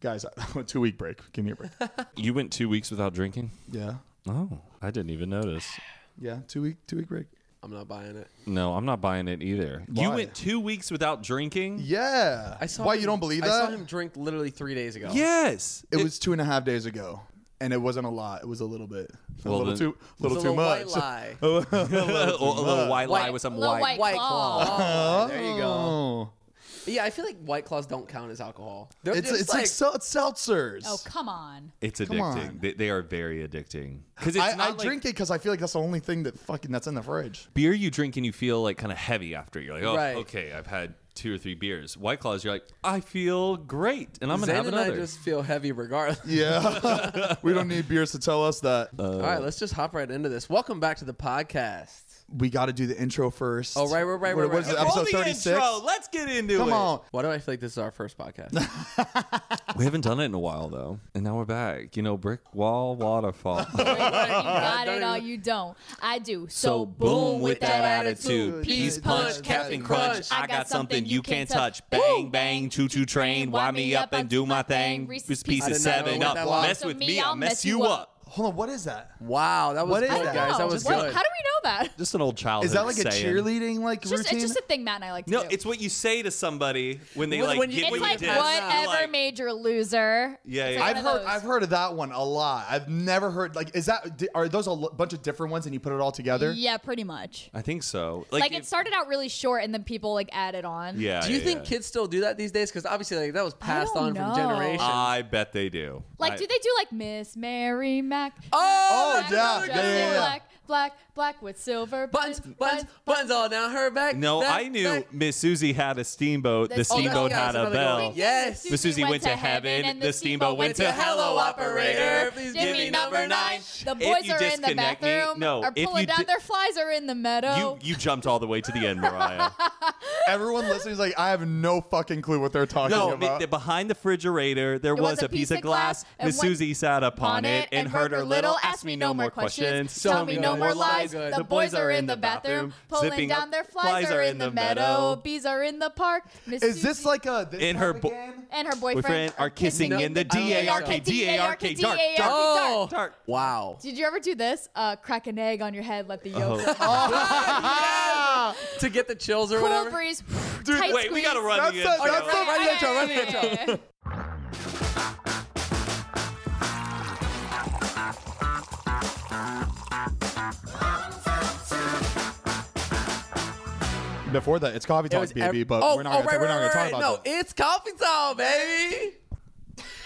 Guys, I went two week break. Give me a break. You went two weeks without drinking? yeah. Oh, I didn't even notice. Yeah. Two week two week break. I'm not buying it. No, I'm not buying it either. You Why? went two weeks without drinking? Yeah. I saw Why him- you don't believe I that? saw him drink literally three days ago. Yes. it, was two and a half days ago. And it wasn't a lot. It was a little bit. A Well, little then- too little It's a too little much. White lie. a little, white lie White- with some little white. white- White claw. Oh, There you go. Oh. Yeah, I feel like white claws don't count as alcohol. They're It's just it's like, sel- it's seltzers. Oh, come on. It's on. addicting. They, they are very addicting. Because it's I, not I like drink it because I feel like that's the only thing that fucking that's in the fridge. beer you drink and you feel like kind of heavy after. it. You're like, oh, Right. okay, I've had two or three beers. White claws, you're like, I feel great, and I'm gonna Zane have and another. I just feel heavy regardless. Yeah, Uh. we don't need beers to tell us that. All right, let's just hop right into this. Welcome back to the podcast. we got to do the intro first. Oh, right, right, right, What- right, what is right. it, Roll episode thirty six? Let's get into Come on, Why do I feel like this is our first podcast? We haven't done it in a while though, and now we're back. You know, brick wall waterfall. Wait, you got it Don't or even- you don't. I do. So, So boom with that attitude. Peace punch, punch, Captain Captain Crunch. I got something you can't touch. Bang bang, choo choo train. Wind me up and do my thing. Reese's Pieces I seven did not know what up. that was. Mess So with me, me, I'll mess you up. hold on. What is that? Wow, that was What is good, that? guys. That was What? good. How do we know that? Just an old childhood. Is that like a saying. cheerleading like Just, routine? it's just a thing Matt and I like to No, do. it's what you say to somebody when they When- like when you- get It's what it's you like did. whatever, You're like- major loser. Yeah, It's yeah. like I've one of heard those. I've heard of that one a lot. I've never heard like is that di- are those a l- bunch of different ones and you put it all together? Yeah, pretty much. I think so. Like, if- it started out really short, and then people like added on. Yeah. Do you yeah, think yeah. kids still do that these days? Because obviously, like that was passed don't on know. from generation. I bet they do. Like, I- do they do like Miss Mary Mac? oh, Mac, yeah, yeah, Mac, Mac, yeah, yeah. Black, black, black with silver buns, buns, buns all down her back. No, back, I knew back. Miss Susie had a steamboat. The That's- Oh, that's- steamboat yeah, had that's a another bell. one. Yes. Miss Susie went to heaven, and the steamboat went to hello, operator. Please Jimmy give me number nine. The If boys you are in the disconnect me- bathroom. no, are if pulling you down di- their flies are in the You meadow. you jumped all the way to the end, Mariah. Everyone listening is like I have no fucking clue what they're talking no, about. mi- behind the refrigerator there was, a piece of glass. and Miss one- Susie sat upon it and heard her little. Ask me no more questions. Tell me no more lies. good. The boys are in the bathroom, pulling zipping up- down their flies are in the meadow. Bees are in the park. Miss Is this Susie like a this In time her bo- again? and her Boyfriend boyfriend are kissing in the don't D A R K know. D A R K dark D-A-R-K, dark. Oh, dark. wow. Did you ever do this? Uh, crack an egg on your head, let the yolk. To get the chills or Cool whatever. breeze. Wait, tight we squeeze. gotta run That's the a- intro. that's Run the intro, run the intro. Before that, it's coffee It talk, was baby. every- but oh, we're oh, not gonna, right, we're not right, gonna right, talk no, about that. it's coffee time, baby.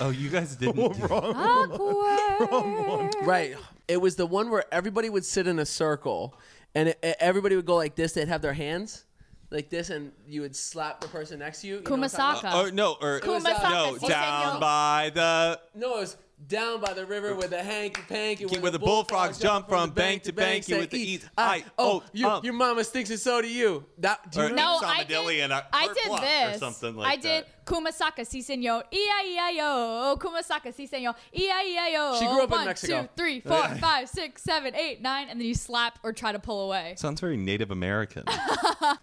Oh, you guys didn't. do- Awkward. Right. It was the one where everybody would sit in a circle, and it, it- everybody would go like this. They'd have their hands like this, and you would slap the person next to you. you know what I'm talking about? Kumasaka. Oh no, or Kumasaka, no, Sisei down no. by the No, it was down by the river with the hanky panky. Where the bullfrogs jump from bank to bank, you with the eats. I- oh, oh, you, um. your mama stinks and so do you. That do you Or- know- No, Some I Adele did, and a- I or did Fluff or this. something like I did Kumasaka, si senor. E-I-E-I-O. Kumasaka, si senor. E-I-E-I-O. She grew up in One, Mexico. two, three, four, five, six, seven, eight, nine, and then you slap or try to pull away. Sounds very Native American.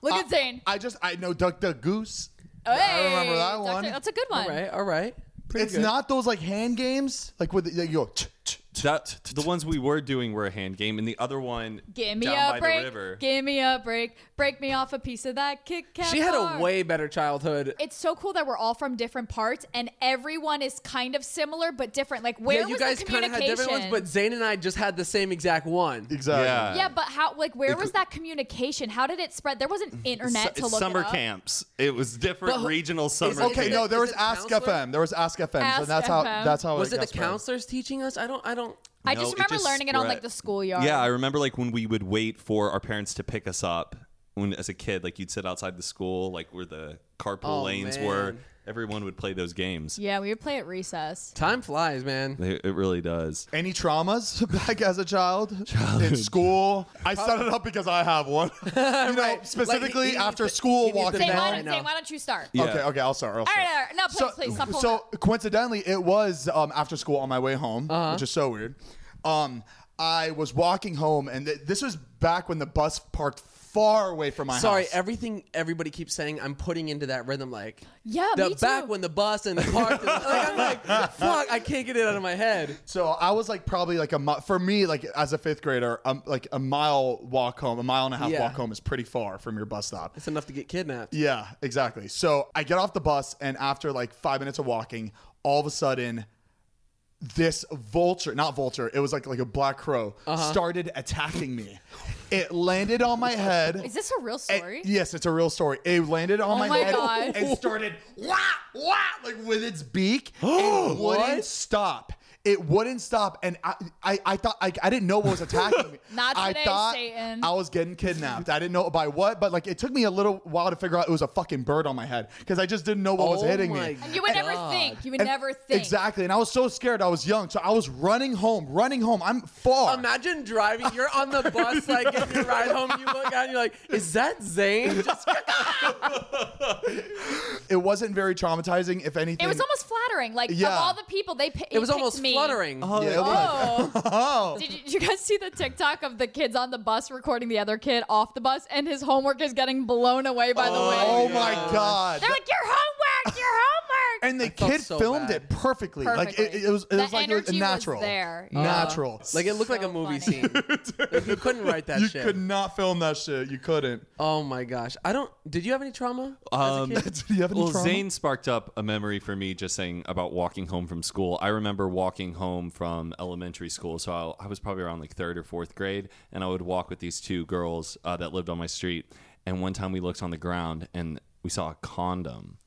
Look Uh, at Zane. I just I know Duck Duck Goose. Hey, remember that Dr. one. That's a good one. all right, all right. Pretty it's good. not those like hand games like with the, you go. Ch- ch- ch- that, the ones we were doing were a hand game, and the other one Give me down by a the break. river. Give me a break. Break me off a piece of that Kit Kat. She had a bar. way better childhood. It's so cool that we're all from different parts and everyone is kind of similar but different. Like where yeah, you was guys the kind of communication? had different ones, but Zayn and I just had the same exact one. Exactly. Yeah. yeah, but how? Like where was that communication? How did it spread? There wasn't internet Su- to look summer it up. camps. It was different But- regional summer. okay, Okay, camps. no, there was Is it Ask counselor? FM. There was Ask FM, so Ask that's how FM. that's how Was it got the spread. counselors teaching us? I don't. I don't. I No, just remember learning it on like spread. the schoolyard. Yeah, I remember like when we would wait for our parents to pick us up when as a kid, like you'd sit outside the school, like where the carpool Oh, lanes man. were, everyone would play those games. Yeah, we would play at recess. Time flies, man. It, it really does. Any traumas back as a child? In school? I set it up because I have one. you know, Like, he- specifically he needs after to- school, he needs to walking vent Zane, Now I why down. don't, know. Zane, why don't you start? Yeah. Okay, okay, I'll start. I'll All start. right, all right. No, please, please, stop pulling so up. coincidentally, it was um, after school on my way home, Uh-huh. which is so weird. Um, I was walking home, and th- this was back when the bus parked far away from my Sorry, house. everything everybody keeps saying, I'm putting into that rhythm like Yeah, the me too. back when the bus and the car. like, I'm like, fuck, I can't get it out of my head. So I was like probably like a mi- for me like as a fifth grader, um, like a mile walk home, a mile and a half Yeah. walk home is pretty far from your bus stop. It's enough to get kidnapped. Yeah, exactly. So I get off the bus, and after like five minutes of walking, all of a sudden, this vulture, not vulture, it was like like a black crow, started attacking me. It landed on my head. Is this a real Eh, It- story? yes, it's a real story. It landed on Oh my, my head God. and started wah wah like with its beak. it wouldn't What? stop. It wouldn't stop, and I I, I thought I, I didn't know what was attacking me. Not I today, thought Satan. I was getting kidnapped. I didn't know by what, but like it took me a little while to figure out it was a fucking bird on my head because I just didn't know what was Oh hitting my me. God. You would never think. You would And- never think. Exactly, and I was so scared. I was young, so I was running home, running home. I'm far. Imagine driving. You're on the bus, like getting your ride home. You look out, and you're like, "Is that Zane?" Just- it wasn't very traumatizing, if anything. It was almost flattering. Like Yeah. of all the people, they pi- it was almost me. fluttering. Yeah, it was. Oh. Did, you, did you guys see the TikTok of the kids on the bus recording the other kid off the bus and his homework is getting blown away by the wind? Oh my god! They're like, your homework, your homework. and the felt kid so filmed bad. it perfectly. Like it, Perfectly. it was, it The was like it was energy was natural, there. Yeah. natural. Like it looked like a So movie funny. scene. Like, you couldn't write that you shit. could not film that shit. You couldn't. Oh my gosh. I don't. Did you have any trauma? Um, as a kid? Do you have any well, trauma? Zane sparked up a memory for me just saying about walking home from school. I remember walking home from elementary school, so I, I was probably around like third or fourth grade, and I would walk with these two girls uh, that lived on my street. And one time we looked on the ground and we saw a condom,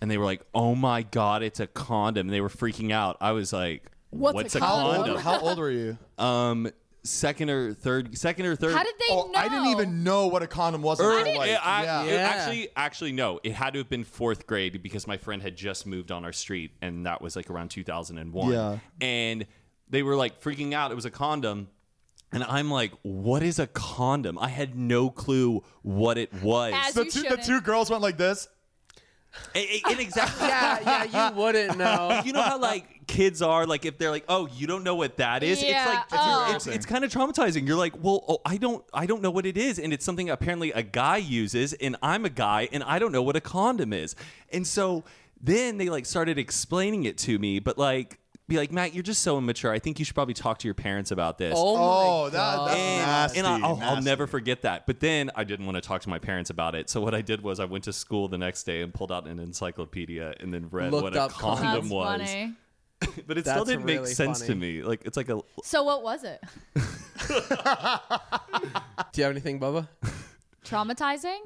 and they were like, "Oh my god, it's a condom!" And they were freaking out. I was like, What's "What's, a a How condom?" old? How old were you? Um, second or third, second or third. How did they Oh, know? I didn't even know what a condom was. Or- until, like, Er, Yeah, I- yeah. it- Yeah. Actually, actually, no. It had to have been fourth grade because my friend had just moved on our street, and that was like around 2001. Yeah. And they were like freaking out. It was a condom. And I'm like, what is a condom? I had no clue what it was. As The you two, the shouldn't. two girls went like this. I- I- and exactly. yeah, yeah. You wouldn't know. You know how like kids are like if they're like, oh, you don't know what that is. Yeah, It's like oh. it's, it's, kind of traumatizing. You're like, well, oh, I don't I don't know what it is, and it's something apparently a guy uses, and I'm a guy, and I don't know what a condom is, and so then they like started explaining it to me, but like be like, Matt, you're just so immature. I think you should probably talk to your parents about this. Oh, my Oh, that, God. that's And, nasty. and I, will I'll nasty. never forget that. But then I didn't want to talk to my parents about it. So what I did was I went to school the next day and pulled out an encyclopedia and then read Looked what a up condoms. condom That's was funny. but it still That's didn't make really sense to funny. me. Like it's like a So what was it? Do you have anything, Bubba? Traumatizing?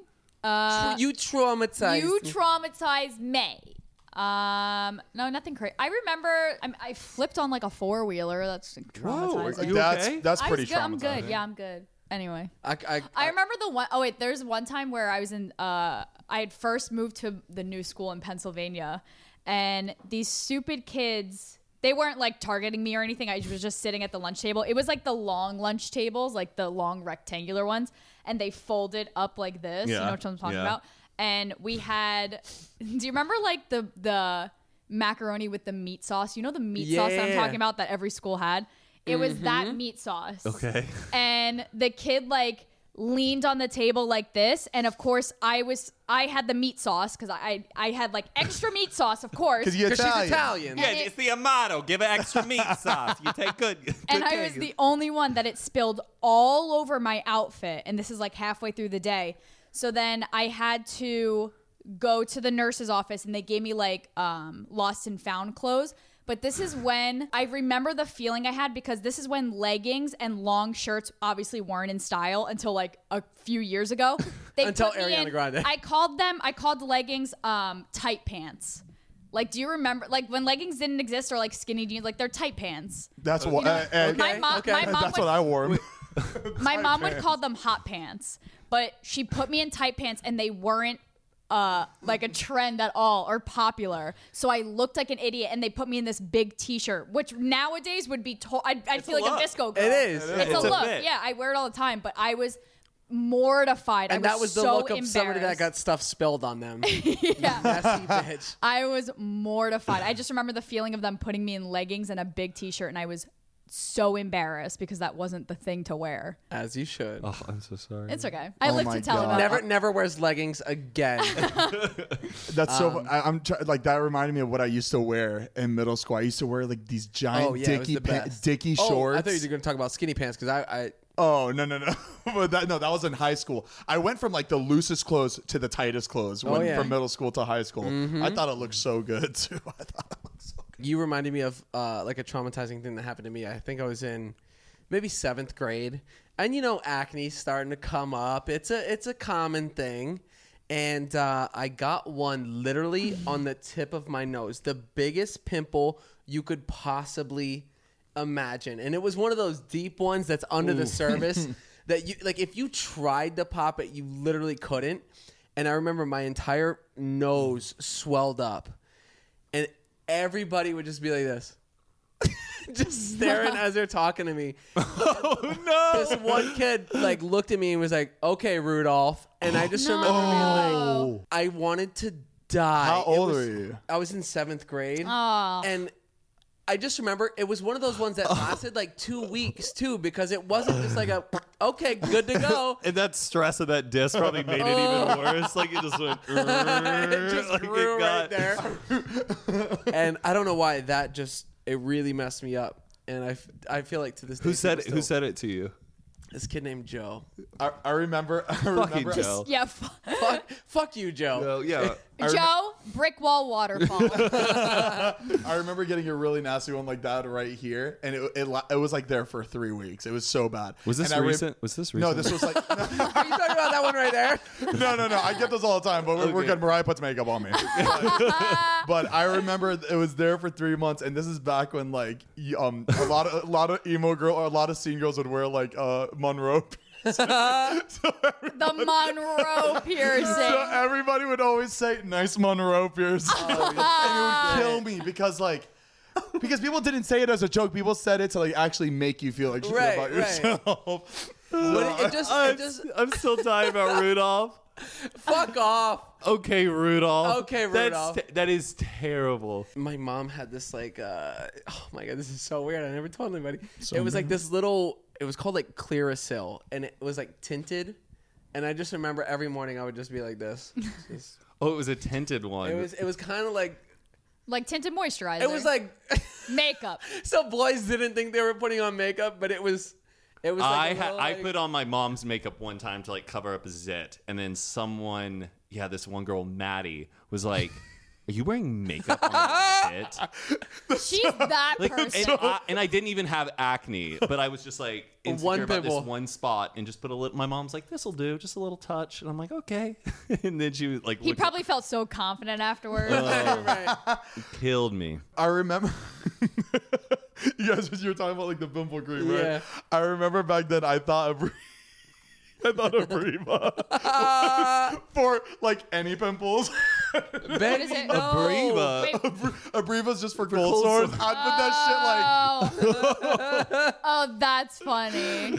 Uh, you traumatized. You me. traumatized me. Um, no, nothing crazy. I remember I'm, I flipped on like a four wheeler. That's like, traumatizing. are you That's okay? that's I was pretty good. I'm traumatizing. good. Yeah, I'm good. Anyway, I, I, I uh, remember the one oh wait, there's one time where I was in. Uh, I had first moved to the new school in Pennsylvania, and these stupid kids. They weren't like targeting me or anything. I was just sitting at the lunch table. It was like the long lunch tables, like the long rectangular ones, and they folded up like this. You Yeah. know what I'm talking Yeah. about? And we had. Do you remember like the the macaroni with the meat sauce? You know the meat sauce that I'm Yeah. talking about that every school had. It was that meat sauce Mm-hmm. okay. and the kid like leaned on the table like this and of course i was i had the meat sauce because I, I i had like extra meat sauce of course Because you're Because Italian. she's Italian. Yeah, it- it's the Amato. Give it extra meat sauce. You take good. and i was the only one that it spilled all over my outfit and this is like halfway through the day so then i had to go to the nurse's office and they gave me like um lost and found clothes but this is when I remember the feeling I had because this is when leggings and long shirts obviously weren't in style until like a few years ago. They Until put me Ariana in- Grande. I called them. I called the leggings um, tight pants. Like, do you remember? Like when leggings didn't exist or like skinny jeans, like they're tight pants. That's what. uh, uh, my mom, okay. my mom That's would, what I wore. my mom would call them hot pants, but she put me in tight pants and they weren't uh, like a trend at all or popular. So I looked like an idiot, and they put me in this big T-shirt, which nowadays would be to- I'd, I'd a feel like look. a disco It girl. is. It It's, is. a, It's a look. fit. Yeah, I wear it all the time, but I was mortified. and I that was the so look of somebody that embarrassed. got stuff spilled on them. yeah. Messy bitch. I was mortified. I just remember the feeling of them putting me in leggings and a big T-shirt, and I was so embarrassed because that wasn't the thing to wear. As you should. Oh, I'm so sorry. It's okay. I Oh live my to tell God. about Never, it. never wears leggings again. That's so. fu- I, I'm try- like that reminded me of what I used to wear in middle school. I used to wear like these giant oh yeah, it was dicky the pa- best. dicky Oh, shorts. I thought you were going to talk about skinny pants because I, I Oh no no no! but that no, that was in high school. I went from like the loosest clothes to the tightest clothes when, yeah. from middle school to high school. I thought it looked so good too. I thought it looked so good. you reminded me of uh, like a traumatizing thing that happened to me. I think I was in maybe seventh grade, and you know acne's starting to come up. It's a it's a common thing, and uh, I got one literally on the tip of my nose, the biggest pimple you could possibly imagine, and it was one of those deep ones that's under the surface that you like if you tried to pop it, you literally couldn't. And I remember my entire nose swelled up and everybody would just be like this. just staring as they're talking to me. no. This one kid like looked at me and was like, "Okay, Rudolph," and I just remember being like, "I wanted to die." How It old was- were you? I was in seventh grade, and I just remember it was one of those ones that lasted like two weeks too, because it wasn't just like a okay, good to go. And that stress of that disc probably made it Oh. even worse. Like it just went. it just like, it grew got- right there. and I don't know why that just it really messed me up. And I, f- I feel like to this day Who said people it? Who still- said it to you? this kid named Joe? I, I remember. I Fucking remember. Joe. Yeah, f- fuck, fuck you, Joe. Oh yeah. Joe, brick wall waterfall. I remember getting a really nasty one like that right here, and it it, la- it was like there for three weeks. It was so bad. Was this And I re- recent? was this no, recent? this was like Are you talking about that one right there? no, no, no. I get those all the time, but we're, we're Okay. good. Mariah puts makeup on me. but I remember it was there for three months, and this is back when like y- um a lot of a lot of emo girl or a lot of scene girls would wear like uh Monroe. the Monroe So piercing. everybody would always say nice Monroe piercing, and it would kill me because like. Because people didn't say it as a joke, people said it to like actually make you feel like shit Right, about right. yourself. But it, it just, I'm, it just I'm still dying about Rudolph. fuck off. Okay, Rudolph. Okay, Rudolph. That's te- that is terrible. My mom had this like, uh, oh my god, this is so weird. I never told anybody. it was like this little. It was called like Clearasil, and it was like tinted. And I just remember every morning I would just be like this. Just- Oh, it was a tinted one. it was it was kind of like Like tinted moisturizer. it was like makeup. so boys didn't think they were putting on makeup, but it was it was. I Like a ha- little, I like- put on my mom's makeup one time to like cover up a zit, and then someone, yeah, this one girl, Maddie, was like, "Are you wearing makeup on that zit?" She's that Like, and, person. I, and I didn't even have acne, but I was just like insecure One about this pimple. one spot, and just put a little. My mom's like, "This will do, just a little touch," and I'm like, "Okay," and then she was like, he looked- probably felt so confident afterwards. right. killed me. I remember. you guys, you were talking about like the pimple cream, right? Yeah. I remember back then. I thought of. I thought of Reba Uh, for like any pimples. What is it? Oh, Abreva. Wait, Abreva's just for cold, cold sores. I'd put that oh. oh, that's funny.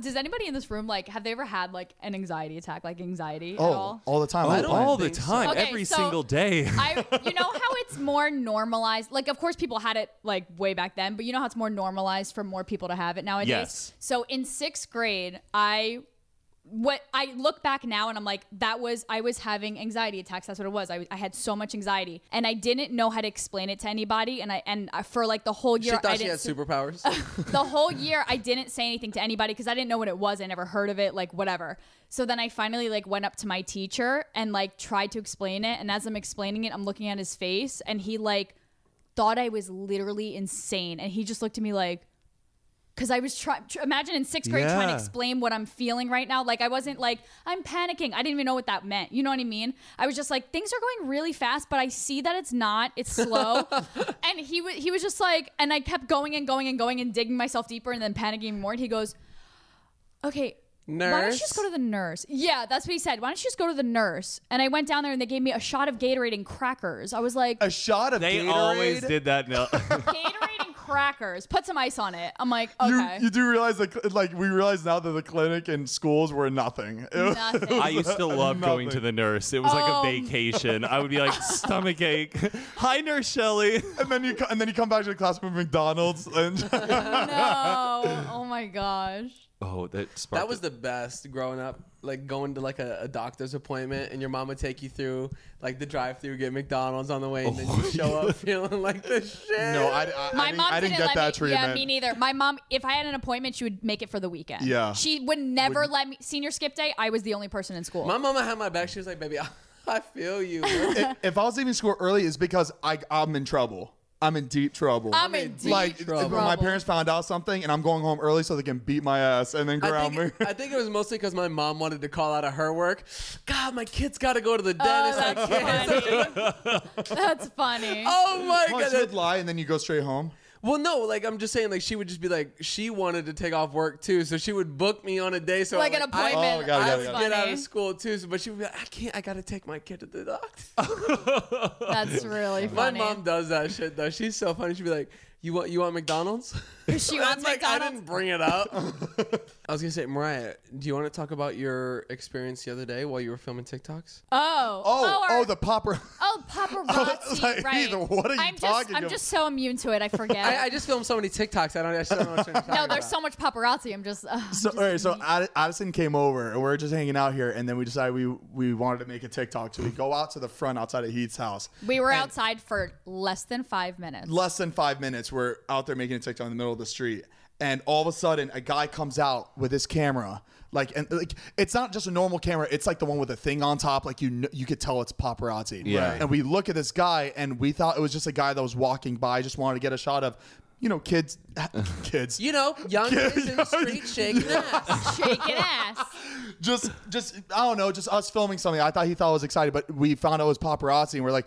Does anybody in this room like have they ever had like an anxiety attack, like anxiety at Oh, all? all the time. Oh, on the plane. all the think so. time, Okay, every so- single day. I, you know how it's more normalized. Like, of course, people had it like way back then, but you know how it's more normalized for more people to have it nowadays. Yes. So in sixth grade, I what I look back now and I'm like, that was I was having anxiety attacks. That's what it was. I, I had so much anxiety, and I didn't know how to explain it to anybody. And I and I- for like the whole She year, I thought she didn't had s- superpowers. the whole year I didn't say anything to anybody because I didn't know what it was. I never heard of it, like whatever. So then I finally like went up to my teacher and like tried to explain it. And as I'm explaining it, I'm looking at his face and he like thought I was literally insane. And he just looked at me like, because I was trying. Tr- imagine in sixth grade trying to Yeah. explain what I'm feeling right now. Like I wasn't like I'm panicking. I didn't even know what that meant. You know what I mean? I was just like things are going really fast, but I see that it's not. It's slow. and he was he was just like, and I kept going and going and going and digging myself deeper and then panicking more. And he goes, okay. Why don't you Nurse? just go to the nurse? Yeah, that's what he said. Why don't you just go to the nurse? And I went down there and they gave me a shot of Gatorade and crackers. I was like, a shot of They Gatorade. always did that. No. Gatorade and crackers. Put some ice on it. I'm like, You, okay. you do realize that, like, we realize now that the clinic and schools were nothing. It was- Nothing. I used to love going to the nurse. It was Oh. like a vacation. I would be like stomach ache. Hi, Nurse Shelley. and then you co- and then you come back to the classroom at McDonald's and no. Oh my gosh. Oh, that sparked. that was the best growing up. Like going to like a, a doctor's appointment and your mom would take you through like the drive through, get McDonald's on the way, and then you show Oh, up feeling like the shit. no, I, I, My I didn't, mom I didn't, didn't get let that me. treatment. Yeah, me neither. My mom, if I had an appointment, she would make it for the weekend. Yeah. She would never let me. Senior skip day, I was the only person in school. My mama had my back. She was like, "Baby, I, I feel you." if, if I was leaving school early, it's because I I'm in trouble. I'm in deep trouble. I'm in deep like if trouble. my parents found out something, and I'm going home early so they can beat my ass and then I ground me. think, I think it was mostly because my mom wanted to call out of her work. God, my kid's got to go to the dentist. I Oh, that's can't. That's funny. Oh my Oh, god! she would lie, and then you go straight home. Well, no, like I'm just saying, like she would just be like, she wanted to take off work too, so she would book me on a day, so like an I- appointment. Oh, got it, I got it, would got it. get out funny. of school too, so, but she would be like, I can't, I gotta take my kid to the doctor. That's really my funny. mom does that shit though. She's so funny. She'd be like, you want, you want McDonald's? she And, wants like, I McDonald's. didn't bring it up. I was gonna say, Mariah, do you want to talk about your experience the other day while you were filming TikToks? Oh. Oh, or- oh, the popper. Oh, paparazzi. like, right. either, what are you I'm talking just, I'm about? just so immune to it. I forget. I, I just filmed so many TikToks. I don't, I just don't know what you're talking no, about. there's so much paparazzi. I'm just. Uh, So, all right, so Ad- Addison came over, and we are just hanging out here, and then we decided we we wanted to make a TikTok, so we go out to the front outside of Heath's house. we were outside for less than five minutes. less than five minutes, we're out there making a TikTok in the middle of the street, and all of a sudden, a guy comes out with his camera, like, and like, it's not just a normal camera; it's like the one with a thing on top, like you kn- you could tell it's paparazzi. Yeah. Right. And we look at this guy, and we thought it was just a guy that was walking by, just wanted to get a shot of, you know, kids, kids, You know, young kids in the street shaking their ass. Shaking ass. just just I don't know, just us filming something. I thought he thought I was excited, but we found out it was paparazzi, and we're like,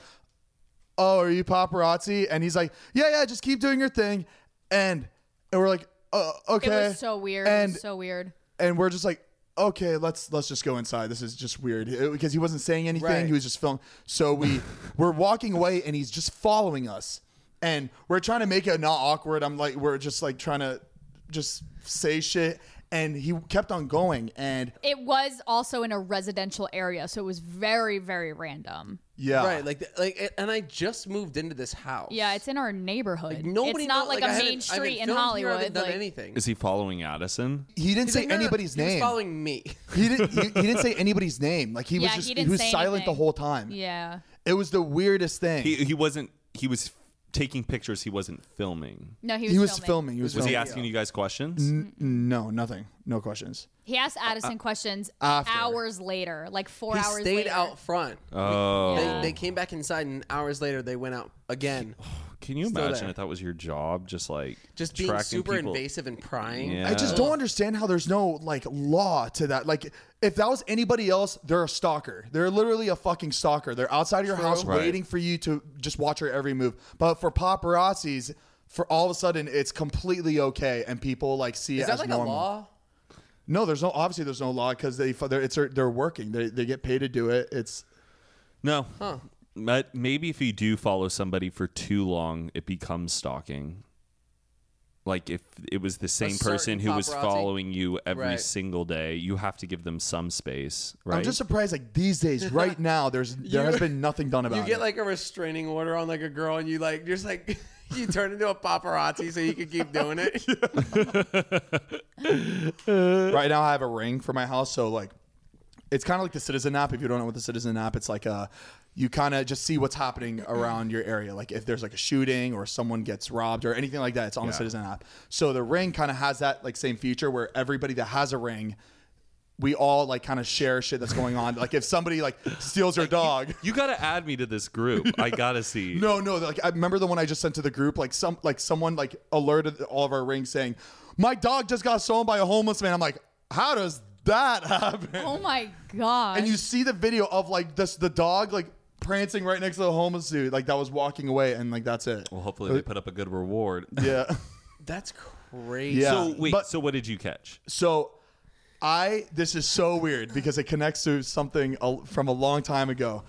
"Oh, are you paparazzi?" And he's like, "Yeah, yeah, just keep doing your thing," and and we're like, uh, It "Okay." was so weird. It was And so weird. and we're just like, "Okay, let's let's just go inside. This is just weird It- because he wasn't saying anything. Right. He was just filming." So we we're walking away, and he's just following us, and we're trying to make it not awkward. I'm like, we're just like trying to just say shit. And he kept on going, and It was also in a residential area, so it was very, very random. yeah, Right, like, like, and I just moved into this house. Yeah, it's in our neighborhood. Nobody it's not know- like, I a main haven't- I haven't street in filmed here, I Hollywood. haven't done like, anything. Is he following Addison? He didn't He's say like, no, no, anybody's He name. was following me. he didn't. He, he didn't say anybody's name. Like he Yeah, was he just. He, didn't was say silent anything. the whole time. yeah. It was the weirdest thing. He he wasn't. He was f- taking pictures. He wasn't filming. No, he He was, was, filming. filming. He was, Was he filming. asking you guys questions? No, nothing. No questions. He asked Addison questions after. hours later, like four He hours stayed later. out front. Oh, They, they came back inside, and hours later they went out again. can you Still imagine there. if that was your job? Just like Just being tracking super people? invasive and prying. Yeah. I just don't understand how there's no like law to that. Like, if that was anybody else, they're a stalker. They're literally a fucking stalker. They're outside your house Right. waiting for you to just watch her every move. But for paparazzis, for all of a sudden, it's completely okay, and people like see Is it that as like normal. a law? No, there's no. Obviously, there's no law because they they're it's they're working. They they get paid to do it. It's No. But maybe if you do follow somebody for too long, it becomes stalking. Like if it was the same person certain who was paparazzi? following you every Right. single day, you have to give them some space, right? I'm just surprised. Like these days, right now, there's there has been nothing done about You get it. like a restraining order on like a girl, and you like just like you turn into a paparazzi so you can keep doing it. right now I have a ring for my house, so like it's kind of like the citizen app. If you don't know what the citizen app, it's like a you kind of just see what's happening around your area. Like if there's like a shooting or someone gets robbed or anything like that, it's on the citizen app. So the ring kind of has that like same feature where everybody that has a ring, we all like kind of share shit that's going on. like if somebody like steals your dog. you got to add me to this group. I got to see. No, no. Like I remember the one I just sent to the group. Like some, like someone like alerted all of our rings saying, "My dog just got stolen by a homeless man." I'm like, how does that happen? Oh my god! And you see the video of like this the dog like prancing right next to the homeless dude, like that was walking away, and like that's it. Well, hopefully they put up a good reward. Yeah. That's crazy. Yeah. So wait, But- so what did you catch? So I this is so weird because it connects to something a- from a long time ago.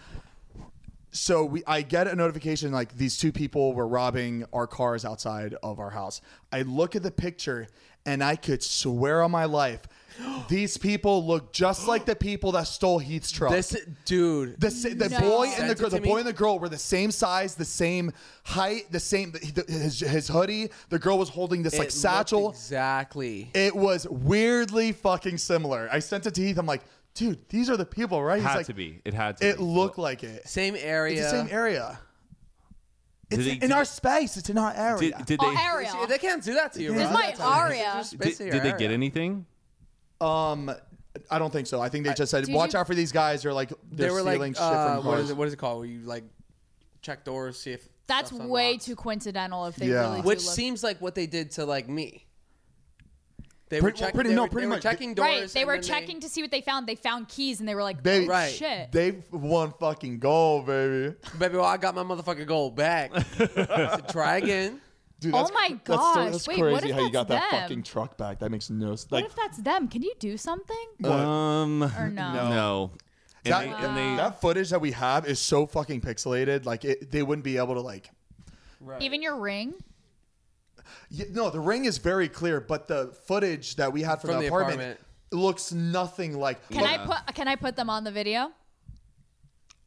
So we I get a notification like these two people were robbing our cars outside of our house. I look at the picture and I could swear on my life these people look just like the people that stole Heath's truck. This dude. The, sa- the No. boy and Sent the it girl, to the me? boy and the girl were the same size, the same height, the same the, his, his hoodie. The girl was holding this it like looked satchel. Exactly. It was weirdly fucking similar. I sent it to Heath. I'm like, dude, these are the people, right? He's had like, to be. It had to. It be. looked like it. same area. It's the same area. It's Did they- in did our they- space. It's in our area. Did, did oh, they? Ariel. They can't do that to you. Yeah. bro. This is my That's a- Aria. It's Did, basically did your they get area. anything? um, I don't think so. I think they just said, Did watch you- out for these guys. They're like, they're They were like, stealing shit uh, from what cars. is it? What is it called? Where you like check doors, see if That's stuff's way unlocked? too coincidental. If they Yeah. really do Which look- seems like what they did to like me. They Pretty- well, pretty- they no, were- pretty they were much. checking doors. right? They and were then checking to see what they found. They found keys, and they were like, They- "Oh Right. shit!" They've won fucking gold, baby. Baby, well, I got my motherfucking gold back. so try again. Dude, Oh my That's, gosh. that's Wait, crazy what if how you got that's that them? fucking truck back. That makes no sense. what Like, if that's them? Can you do something Um, or no? no. And that, they- and they- that footage that we have is so fucking pixelated. Like, it, they wouldn't be able to, like, Even your ring. Yeah, no, the ring is very clear, but the footage that we had from, From the the apartment, apartment. looks nothing like. Can I put? Can I put them on the video?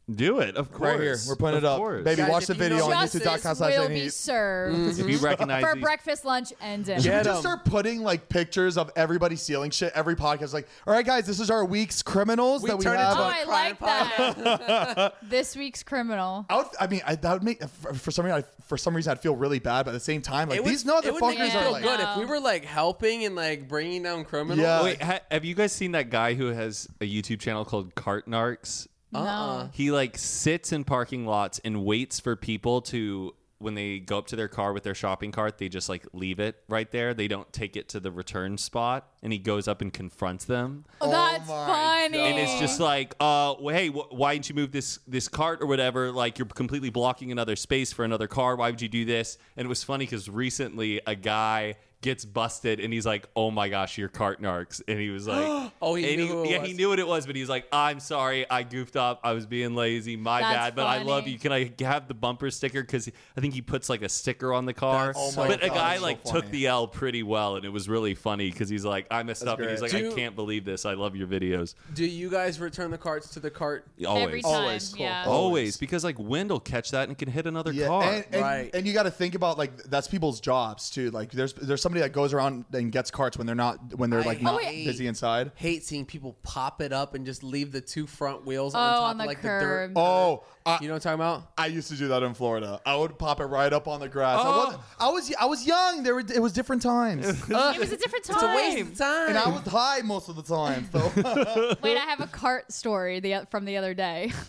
Do it, of course. right here? We're putting Of it up, course. baby. Guys, watch if the you video know- on Justice will be YouTube.com/slash served Mm-hmm. If you recognize Mm-hmm. for these- breakfast, lunch, and dinner. Yeah. Just Adam. start putting like pictures of everybody stealing shit. Every podcast, like, all right, guys, this is our week's criminals that we turn have. into Oh, a I crime like that. podcast. this week's criminal. I, would, I mean, I, that would make for, for some reason. I, for some reason, I'd feel really bad, but at the same time, like It would, these motherfuckers it would make me are feel like, good if we were like helping and like bringing down criminals. Yeah. Wait, ha- have you guys seen that guy who has a YouTube channel called Cart Narcs? Uh-huh. No. He like sits in parking lots and waits for people to when they go up to their car with their shopping cart, they just like leave it right there. They don't take it to the return spot, and he goes up and confronts them. Oh, that's funny. And it's just like, uh, well, hey, wh- why didn't you move this this cart or whatever? Like you're completely blocking another space for another car. Why would you do this? And it was funny because recently a guy gets busted and he's like, oh my gosh, your cart narcs. And he was like, Oh, he and knew who it yeah, was. he knew what it was, but he's like, I'm sorry, I goofed up, I was being lazy, my That's bad, but I love funny. you. Can I have the bumper sticker? Because I think he puts like a sticker on the car. Oh That's so but a funny. guy So like funny. took the L pretty well, and it was really funny because he's like, I messed up, and he's like, great. Do- I can't believe this. I love your videos. Do you guys return the carts to the cart? Always. Every time. Always, cool. Yeah. Always, because like wind will catch that and can hit another Yeah, car. and, and, Right. and you got to think about like that's people's jobs too. Like there's there's somebody that goes around and gets carts when they're not when they're like I not hate- busy inside. Hate seeing people pop it up and just leave the two front wheels Oh, on top on of the like curb. the dirt. Oh, I, You know what I'm talking about? I used to do that in Florida. I would pop it right up on the grass. I, wasn't, I was I was young. There were it was different times, It was a It's different a time. waste of time. and I was high most of the time. So Wait, I have a cart story the, from the other day.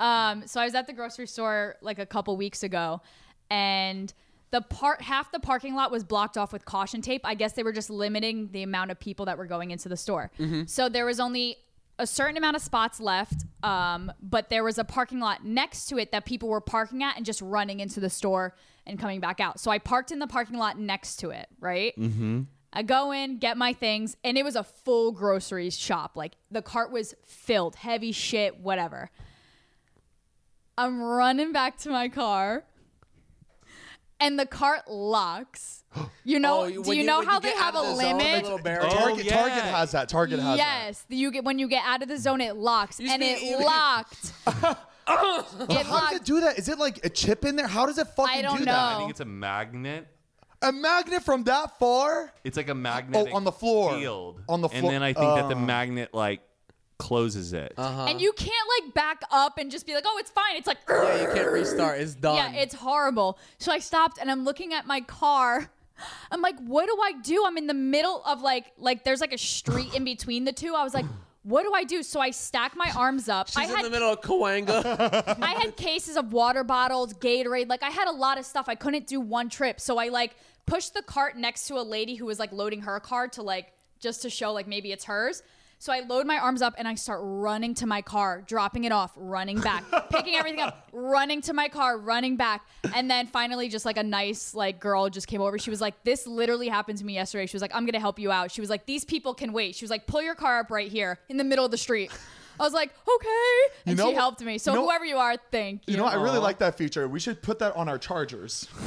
Um, so I was at the grocery store like a couple weeks ago, and the part half the parking lot was blocked off with caution tape. I guess they were just limiting the amount of people that were going into the store. So there was only a certain amount of spots left, um, but there was a parking lot next to it that people were parking at and just running into the store and coming back out. So I parked in the parking lot next to it, right? I go in, get my things, and it was a full grocery shop. Like the cart was filled, heavy shit, whatever. I'm running back to my car, and the cart locks. You know? Oh, do when you, you- know when you how get they have out a of the zone, limit? little barrier. Target yeah. Target has that. Target has that. Yes, you get when you get out of the zone, it locks, just and need it to eat it. locked. it How does it locked. do that? Is it like a chip in there? How does it fucking I don't do I know. think it's a magnet. that? A magnet from that far? It's like a magnetic Oh, on the floor. field. On the And floor. Oh. then I think that the magnet like closes it. Uh-huh. Uh-huh. And you can't like back up and just be like, oh, it's fine. It's like, yeah, you can't restart. It's done. Yeah, it's horrible. So I stopped and I'm looking at my car. I'm like, what do I do? I'm in the middle of like like there's like a street in between the two. I was like, what do I do? So I stack my arms up. I She's in had the middle of Kawanga. I had cases of water bottles, Gatorade. Like I had a lot of stuff. I couldn't do one trip. So I like pushed the cart next to a lady who was like loading her car to like just to show like maybe it's hers. So I load my arms up and I start running to my car, dropping it off, running back, picking everything up, running to my car, running back. And then finally just like a nice like girl just came over. She was like, "This literally happened to me yesterday." She was like, "I'm going to help you out." She was like, "These people can wait." She was like, "Pull your car up right here in the middle of the street." I was like, "Okay." And You know- she helped me. So you know- whoever you are, thank you. You know, I really like that feature. We should put that on our chargers.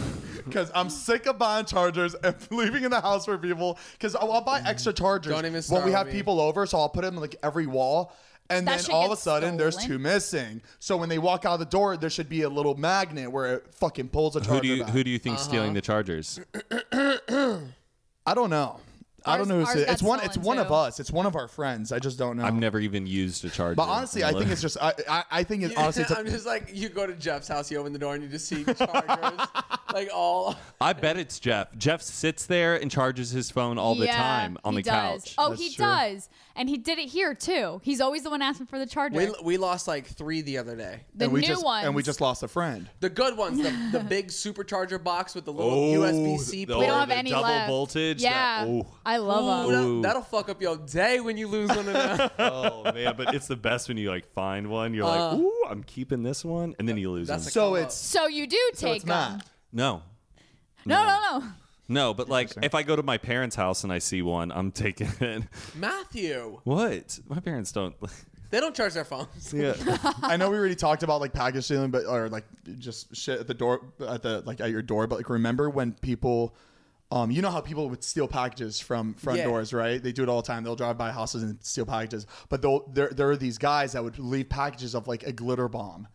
Because I'm sick of buying chargers and leaving in the house for people. Because I'll, I'll buy extra Mm-hmm. chargers Don't even when start we with have me. people over. So I'll put them in like every wall. And That then shit all of a gets sudden, there's stolen. two missing. So when they walk out the door, there should be a little magnet where it fucking pulls a charger. who do you back. who do you think's stealing the Chargers? I don't know. I don't Ours- know who's ours it. got It's one. It's stolen, one of too. us. It's one of our friends. I just don't know. I've never even used a Charger. But honestly, I think it's just. I. I, I think it honestly. It's I'm just like, you go to Jeff's house, you open the door, and you just see chargers, like all. I bet it's Jeff. Jeff sits there and charges his phone all the Yeah, time on he the does. couch. Oh, That's he true. does. And he did it here too. He's always the one asking for the charger. We, we lost like three the other day. the and we new just ones. and we just lost a friend. The good ones, the, the big supercharger box with the little Oh, USB C. the- we don't Oh, have any double left. voltage, Yeah, that- oh. I love them. Ooh, that, that'll fuck up your day when you lose one of them. oh man, but it's the best when you like find one. You're Uh. like, ooh, I'm keeping this one, and then you lose That's one. a- So Come up. it's. So you do So take it's not. them. no, No, no, no. no, but like if I go to my parents' house and I see one, I'm taking it. Matthew, What? My parents don't. they don't charge their phones. yeah. I know we already talked about like package stealing, but or like just shit at the door at the like at your door. But like remember when people, um, you know how people would steal packages from front Yeah. doors, right? They do it all the time. They'll drive by houses and steal packages. But they'll, there there are these guys that would leave packages of like a glitter bomb.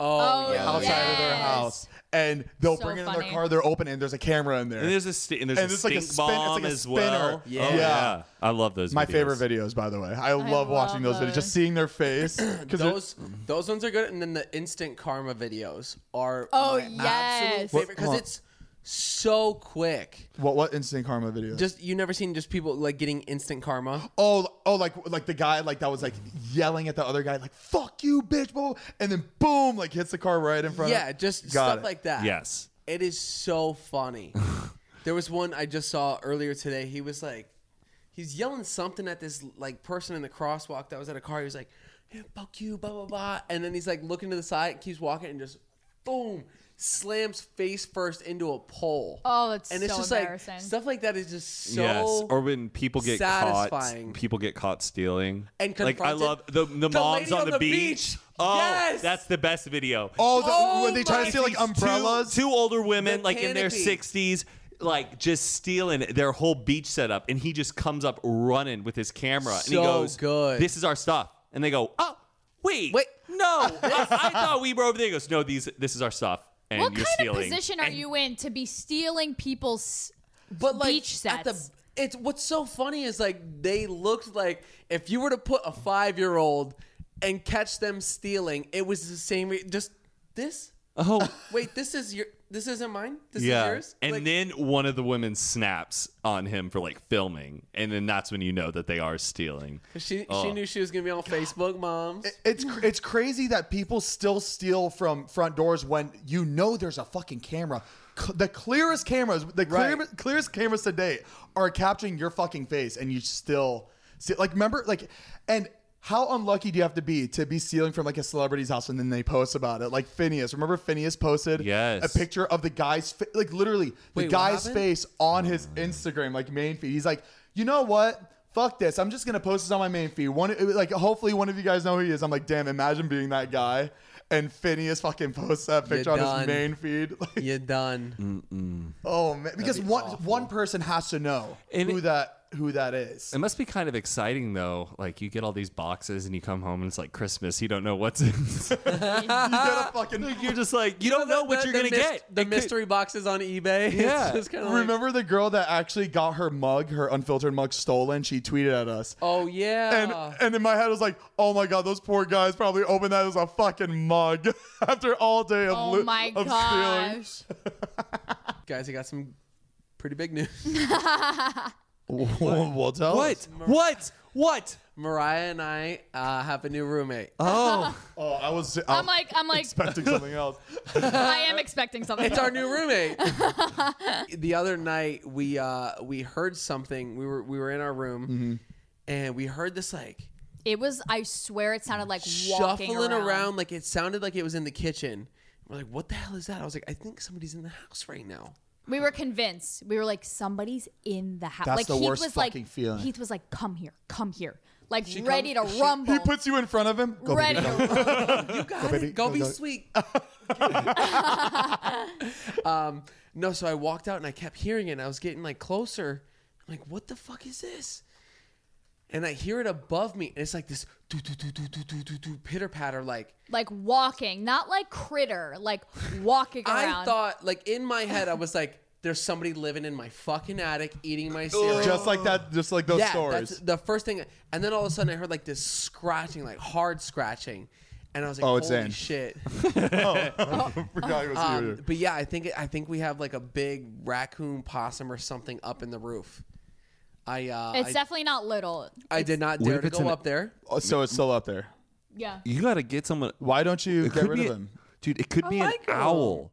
Oh, outside of their yes. house, and they'll So bring it in funny. their car. They're open, and there's a camera in there. And there's a sti- and there's And a it's like stink a spin- it's like bomb a as well. Oh, spinner. Yeah. Yeah. yeah, I love those. my videos. favorite videos, by the way. I, love watching those love videos, just seeing their face. Because Those those ones are good, and then the instant karma videos are Oh, my absolute yes. favorite because Hold on. it's so quick. what what instant karma videos? Just you never seen just people like getting instant karma. oh oh like like the guy like that was like yelling at the other guy like fuck you bitch bro and then boom like hits the car right in front. Yeah, of just Got stuff it. like that. Yes. It is so funny. there was one I just saw earlier today. He was like, he's yelling something at this like person in the crosswalk that was at a car. He was like, "Yeah, "Fuck you," blah blah blah, and then he's like looking to the side, keeps walking, and just boom, slams face first into a pole. Oh, that's and it's so just embarrassing. like stuff like that is just so. yes, or when people get satisfying. caught, people get caught stealing. And like I confronted. love the the, The moms lady on, on the, the beach. beach. Oh, Yes. that's the best video. Oh, the, when they try my- to steal like These two- umbrellas. Two, older women, The like in their canopy. sixties, like just stealing their whole beach setup, and he just comes up running with his camera, and he So goes, good. "This is our stuff," and they go, "Oh, wait, Wait. no, I, I thought we were over there." He goes, "No, these, this is our stuff." And What you're kind stealing. of position are And you in to be stealing people's but like beach sets. at the it's what's so funny is like they looked like if you were to put a five year old and catch them stealing, it was the same. re- Just this. Oh, Wait, this is your. This isn't mine. This yeah. is yours. And Like, then one of the women snaps on him for like filming, and then that's when you know that they are stealing. she Oh. she knew she was gonna be on Facebook, moms. It's cr- it's crazy that people still steal from front doors when you know there's a fucking camera. C- the clearest cameras, the clear, Right. clearest cameras today are capturing your fucking face, and you still see, like remember like and. How unlucky do you have to be to be stealing from like a celebrity's house and then they post about it? Like Phineas, remember Phineas posted Yes. a picture of the guy's fa- like literally the Wait, what guy's happened? face on his Instagram like main feed. He's like, you know what? Fuck this. I'm just gonna post this on my main feed. One it was like hopefully one of you guys know who he is. I'm like, damn, imagine being that guy. And Phineas fucking posts that picture on his done. main feed. Like, You're done. Mm. oh man, because one one person has to know And who it- that who that is. It must be kind of exciting though. Like you get all these boxes and you come home and it's like Christmas. You don't know what's in. You gotta fucking You're just like you don't know what The- you're the gonna myst- get. The It could- mystery boxes on eBay. Yeah. It's just kinda like- remember the girl that actually got her mug, her unfiltered mug stolen. She tweeted at us. oh yeah. And and in my head, I was like, oh my god, those poor guys probably opened that as a fucking mug after all day of Oh lo- my of stealing. gosh. Guys, I got some pretty big news. What? Well, tell What? us. What? What? Mariah and I uh, have a new roommate. Oh, Oh, I was. I I'm like, I'm like, expecting something else. I am expecting something. It's our new roommate. the other night we uh, we heard something. We were we were in our room Mm-hmm. and we heard this like It was, I swear, it sounded like walking shuffling around. like it sounded like it was in the kitchen. We're like, what the hell is that? I was like, I think somebody's in the house right now. We were convinced. We were like, somebody's in the house. That's like the Heath worst was fucking like, feeling. Heath was like, come here, come here, like ready to rumble. He puts you in front of him. Go, baby, ready go. to rumble. Got baby. it. Go, Go, be go. sweet. um, no, so I walked out and I kept hearing it. And I was getting like closer. I'm like, what the fuck is this? And I hear it above me, and it's like this do do do do do do do do pitter patter. Like like walking, not like critter, like walking around. I thought, like in my head, I was like, there's somebody living in my fucking attic eating my cereal. Just like that. Just like those yeah, that's stories. the first thing. And then all of a sudden, I heard like this scratching, like hard scratching, and I was like, Oh, holy it's in. shit. Forgot it was Uh, you. um, But yeah, I think I think we have like a big raccoon, possum, or something up in the roof. I uh, it's I, definitely not little. I did not dare if to it's go an- up there. Oh, so it's still up there. Yeah. you gotta get someone. Why don't you It get could rid be of a- him? dude. It could I be an like 'em. owl.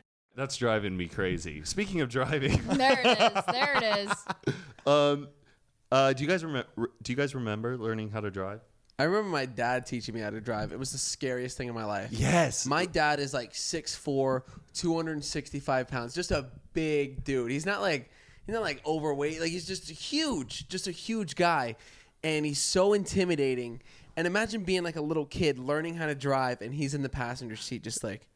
That's driving me crazy. Speaking of driving, There it is. There it is. um, uh, do you guys remember? Do you guys remember learning how to drive? I remember my dad teaching me how to drive. It was the scariest thing in my life. Yes. My dad is like 6'4", 265 pounds, just a big dude. He's not like he's not like overweight. Like he's just huge, just a huge guy, and he's so intimidating. And imagine being like a little kid learning how to drive, and he's in the passenger seat, just like,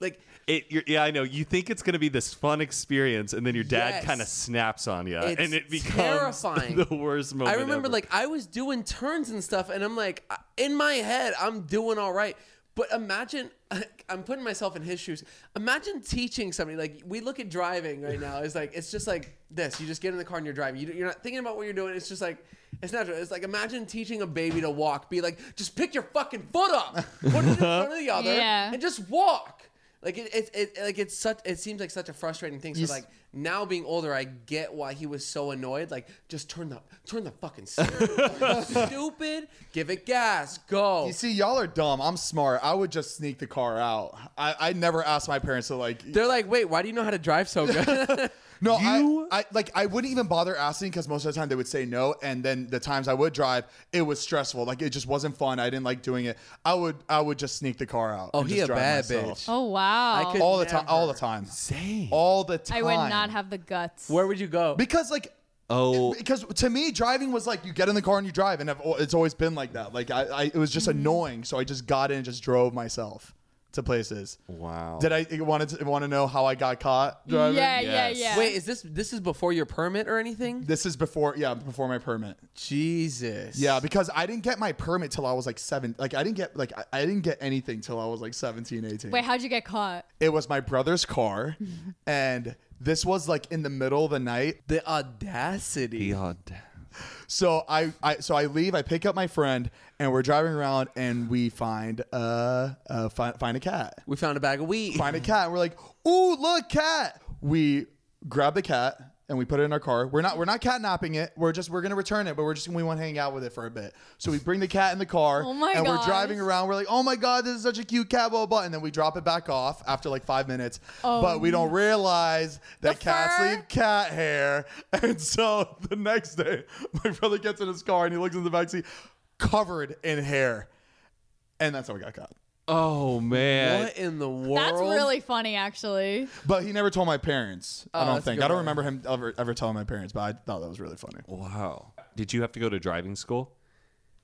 like It, you're, yeah, I know. You think it's going to be this fun experience, and then your dad Yes. kind of snaps on you, It's and it becomes terrifying. the worst moment. I remember ever. like I was doing turns and stuff, and I'm like, I- in my head, I'm doing all right. But imagine, I'm putting myself in his shoes. Imagine teaching somebody like we look at driving right now. It's like it's just like this. You just get in the car and you're driving. You, you're not thinking about what you're doing. It's just like it's natural. It's like imagine teaching a baby to walk. Be like, just pick your fucking foot up, put it in front of the other, Yeah. and just walk. Like it, it, it, like it's such. It seems like such a frustrating thing. So Yes. like now being older, I get why he was so annoyed. Like just turn the turn the fucking steering wheel. stupid. Give it gas. Go. You see, y'all are dumb. I'm smart. I would just sneak the car out. I, I never asked my parents to like. They're like, wait, why do you know how to drive so good? No, I, I like I wouldn't even bother asking because most of the time they would say no, and then the times I would drive, it was stressful. Like it just wasn't fun. I didn't like doing it. I would I would just sneak the car out. oh, and he just a drive bad myself. bitch. Oh wow! I could- All the time, Never. all the time, all the time. I would not have the guts. Where would you go? because like Oh, because to me driving was like you get in the car and you drive, and I've, al- it's always been like that. Like I, I it was just Mm-hmm. annoying, so I just got in and just drove myself to places. wow. Did I you wanted to, want to know how I got caught yeah, driving? yeah, Yes. yeah. Wait, is this this is before your permit or anything? This is before yeah before my permit. Jesus. Yeah, because I didn't get my permit till I was like seven. Like I didn't get like I, I didn't get anything till I was like 17, 18. Wait, how'd you get caught? It was my brother's car, and this was like in the middle of the night. The audacity. So I, I so I leave. I pick up my friend, and we're driving around, and we find uh, uh find, find a cat. We found a bag of wheat. Find a cat. And we're like, ooh, look, cat. We grab the cat. And we put it in our car. We're not we're not catnapping it. We're just we're gonna return it, but we're just we want to hang out with it for a bit. So we bring the cat in the car. Oh my and we're gosh. driving around. We're like, oh my god, this is such a cute cat, blah, blah, blah. And then we drop it back off after like five minutes. but we don't realize that Oh The cats fur? leave cat hair. And so the next day, my brother gets in his car and he looks in the backseat, covered in hair. And that's how we got caught. Oh man. What in the world? That's really funny, actually. But he never told my parents. I don't Oh, that's a think. good I don't one. remember him ever ever telling my parents. But I thought that was really funny. Wow. Did you have to go to driving school?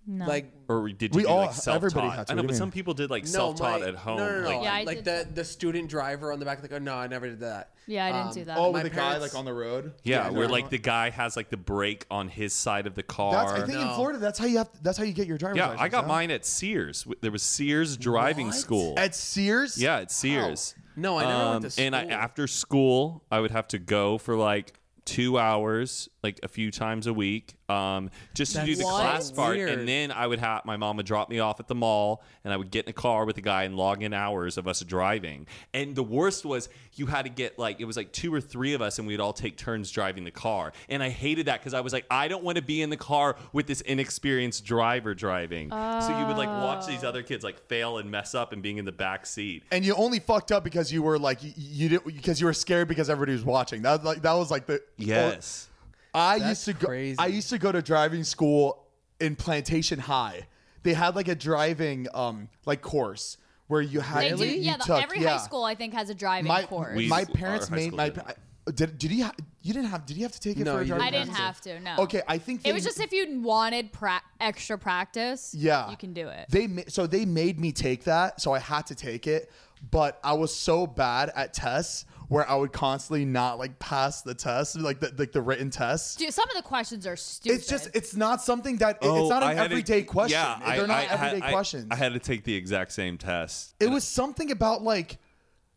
No. like Or did you We do all- like self-taught? everybody had to. I know, What do but you some mean? people did like no, self-taught my- at home. No, no, no. Like, Yeah, I like did the, the student driver on the back, like, oh no, I never did that. Um, yeah, I didn't do that. Oh, with my the guy parents- like on the road. yeah, Yeah, where no. like the guy has like the brake on his side of the car. That's, I think No. in Florida, that's how you have. That's how you get your driver's yeah, license. I got huh? mine at Sears. W- There was Sears driving school. at Sears. yeah, at Sears. No, Oh, I never went to Um, And I, school. after school, I would have to go for like two hours, like a few times a week, um, just to do the What? class part. Weird. And then I would have my mom would drop me off at the mall, and I would get in a car with a guy and log in hours of us driving. And the worst was you had to get like it was like two or three of us, and we'd all take turns driving the car. And I hated that because I was like, I don't want to be in the car with this inexperienced driver driving. So you would like watch Ah. these other kids like fail and mess up and being in the back seat. And you only fucked up because you were like you, you didn't because you were scared because everybody was watching. That was like that was like the Yes. I That's used to go. crazy. I used to go to driving school in Plantation High. They had like a driving um like course where you had they do. you Yeah, the, took- every yeah. high school I think has a driving my course. We- my our parents high made school my didn't. pa- uh, did did he ha- you didn't have did you have to take it No, for a you driving I didn't license? have to. No. Okay, I think It they- was just if you wanted pra- extra practice. yeah You can do it. They ma- so they made me take that, so I had to take it, but I was so bad at tests where I would constantly not like pass the test, like the like the written tests. Dude, some of the questions are stupid. It's just it's not something that it- it's not Oh, I an had to- everyday question. Yeah, I- They're I not had- everyday I- questions. I had to take the exact same test. it was something about like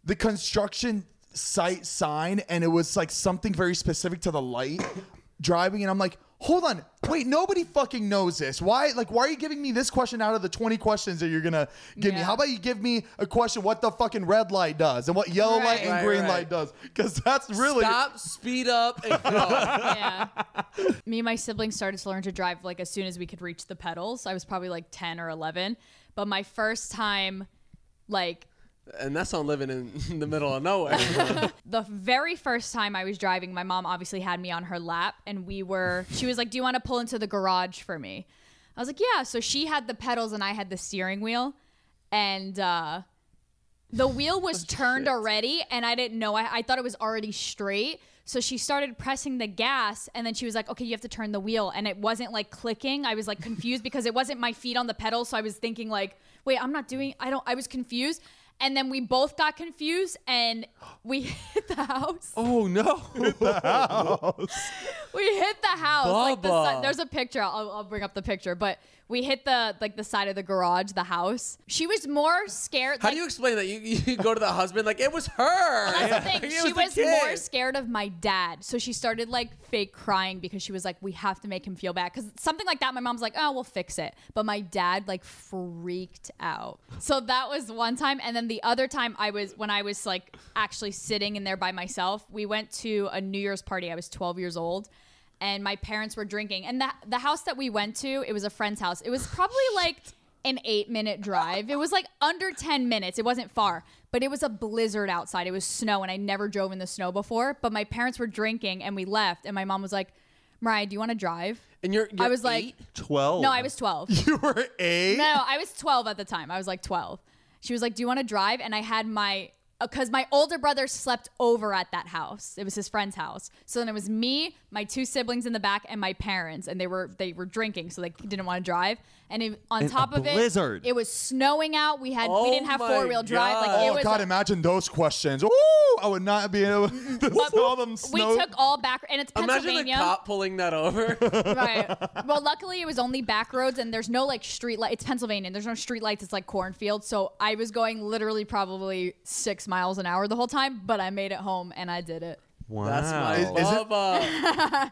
the construction site sign and it was like something very specific to the light driving and i'm like hold on wait nobody fucking knows this why like why are you giving me this question out of the 20 questions that you're gonna give me Yeah. how about you give me a question what the fucking red light does and what yellow light Right. and Right, green right. light does because that's really Stop, speed up, and go. yeah. Me and my siblings started to learn to drive like as soon as we could reach the pedals. I was probably like 10 or 11. But my first time, like and that's on living in the middle of nowhere. the very first time I was driving, my mom obviously had me on her lap and we were, she was like, Do you want to pull into the garage for me? I was like, Yeah. So she had the pedals and I had the steering wheel. And uh, the wheel was turned already and I didn't know. I, I thought it was already straight. So she started pressing the gas and then she was like, Okay, you have to turn the wheel. And it wasn't like clicking. I was like confused because it wasn't my feet on the pedal. So I was thinking, like, Wait, I'm not doing, I don't, I was confused. And then we both got Oh. confused and we hit the house. Oh no! we hit the house. Like the Bubba. si- there's a picture. I'll, I'll bring up the picture, but we hit the like the side of the garage, the house. She was more scared. How like, do you explain that? You, you go to the husband like it was her. That's the thing. It She the was kid. more scared of my dad, so she started like fake crying because she was like, "We have to make him feel bad." Because something like that, my mom's like, "Oh, we'll fix it," but my dad like freaked out. So that was one time, and then the other time I was when I was like actually sitting in there by myself. We went to a New Year's party. I was 12 years old. And my parents were drinking, and the the house that we went to, it was a friend's house. It was probably like an eight minute drive. It was like under 10 minutes. It wasn't far, but it was a blizzard outside. It was snow, and I never drove in the snow before. But my parents were drinking, and we left, and my mom was like, Mariah, do you want to drive? And you're, I you're was like, eight? 12. No, I was 12. You were eight. No, I was 12 at the time. I was like 12. She was like, Do you want to drive? And I had my, because my older brother slept over at that house. It was his friend's house. So then it was me, my two siblings in the back, and my parents. And they were, they were drinking. So they didn't want to drive. And it, on In a top of blizzard. it, it was snowing out. We had, we Oh didn't have my four wheel drive. Like God. it Oh was, God! a- imagine those questions. Ooh, I would not be able. to all them we snow. took all back, and it's Imagine the Pennsylvania. cop pulling that over. right. Well, luckily it was only back roads, and there's no like street light. It's Pennsylvania. and There's no street lights. It's like cornfields. So I was going literally probably six miles an hour the whole time, but I made it home and I did it. Wow. That's my Is- is it- Bubba.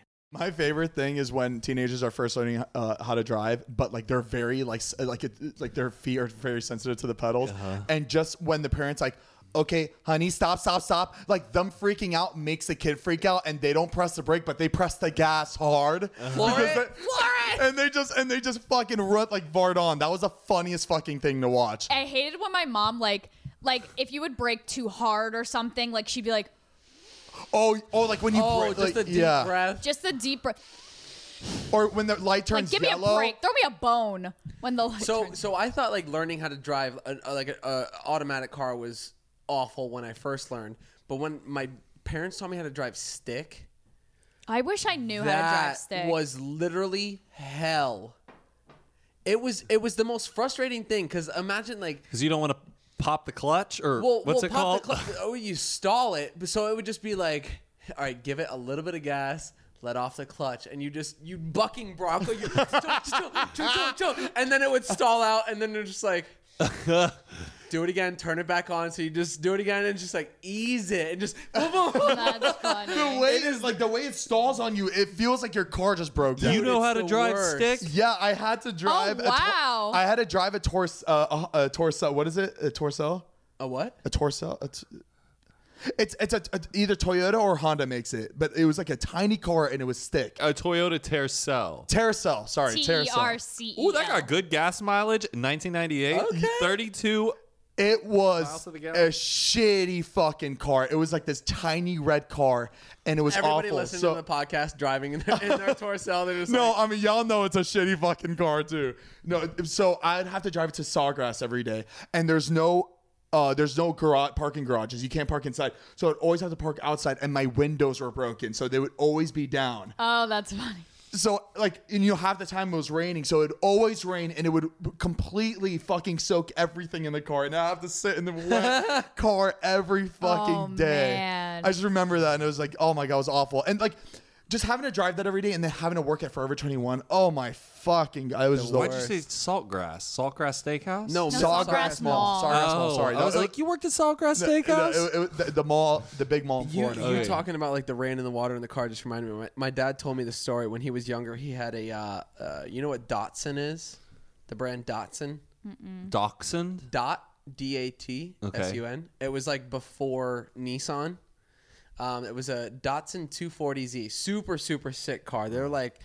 My favorite thing is when teenagers are first learning uh, how to drive, but like they're very like s- like it, like their feet are very sensitive to the pedals, and just when the parents like, okay, honey, stop, stop, stop, like them freaking out makes the kid freak out, and they don't press the brake, but they press the gas hard, Floor Because it. they- Floor it. and they just and they just fucking run like Vardon. That was the funniest fucking thing to watch. I hated when my mom like like if you would break too hard or something, like she'd be like, Oh, oh, like when you Oh, brake, just like, a deep yeah. breath. just the deep breath. or when the light Like, turns give yellow. me a break. Throw me a bone when the light So, turns- so I thought like learning how to drive an, uh, like an automatic car was awful when I first learned, but when my parents taught me how to drive stick, I wish I knew how to drive that stick. was literally hell. It was it was the most frustrating thing because imagine like Because you don't want to pop the clutch or well, what's well, it called? pop the clutch. oh, you stall it, but so it would just be like, all right, give it a little bit of gas. Let off the clutch, and you just you bucking Bronco, you chill, chill, chill, chill, chill, and then it would stall out, and then they're just like, do it again, turn it back on. So you just do it again, and just like ease it, and just boom, boom, boom. That's funny. The way it is like the way it stalls on you, it feels like your car just broke down. you know it's how to the drive worst. stick? Yeah, I had to drive. a tor- Oh, wow. I had to drive a torso. Uh, a, a torso. What is it? A torso. a what? A torso. A t- it's it's a, a- either Toyota or Honda makes it, but it was like a tiny car and it was stick. A Toyota Tercel. Terracell. Sorry, T E R Terracell. C E. Ooh, that got good gas mileage. 1998. 32. It was to the gallon. a shitty fucking car. It was like this tiny red car, and it was Everybody awful. listening So- to the podcast driving in their, in their Torcel, they're just No, like, I mean y'all know it's a shitty fucking car too. No, so I'd have to drive it to Sawgrass every day, and there's no. Uh, there's no garage parking garages. You can't park inside, so I'd always have to park outside. And my windows were broken, so they would always be down. Oh, that's funny. So like, and you know, half the time it was raining, so it'd always rain, and it would completely fucking soak everything in the car. And I have to sit in the wet car every fucking Oh, day. man. I just remember that, and it was like, oh my god, it was awful. And like, just having to drive that every day and then having to work at Forever 21. Oh my fucking god, it was just the Why'd you worst. say saltgrass? Saltgrass Steakhouse? No, No, Sawgrass Sawgrass Mall. Mall. Sawgrass Mall. Oh, Sorry, I was like, you worked at Saltgrass the, Steakhouse? the- it- it- the- the mall, the big mall in You, Florida. you Okay. talking about like the rain and the water in the car just reminded me. My, my dad told me the story when he was younger. He had a, uh, uh, you know what Datsun is, the brand Datsun. Dachshund? Dot D A T S U N. It was like before Nissan. Um, it was a Datsun 240Z, super super sick car. They're like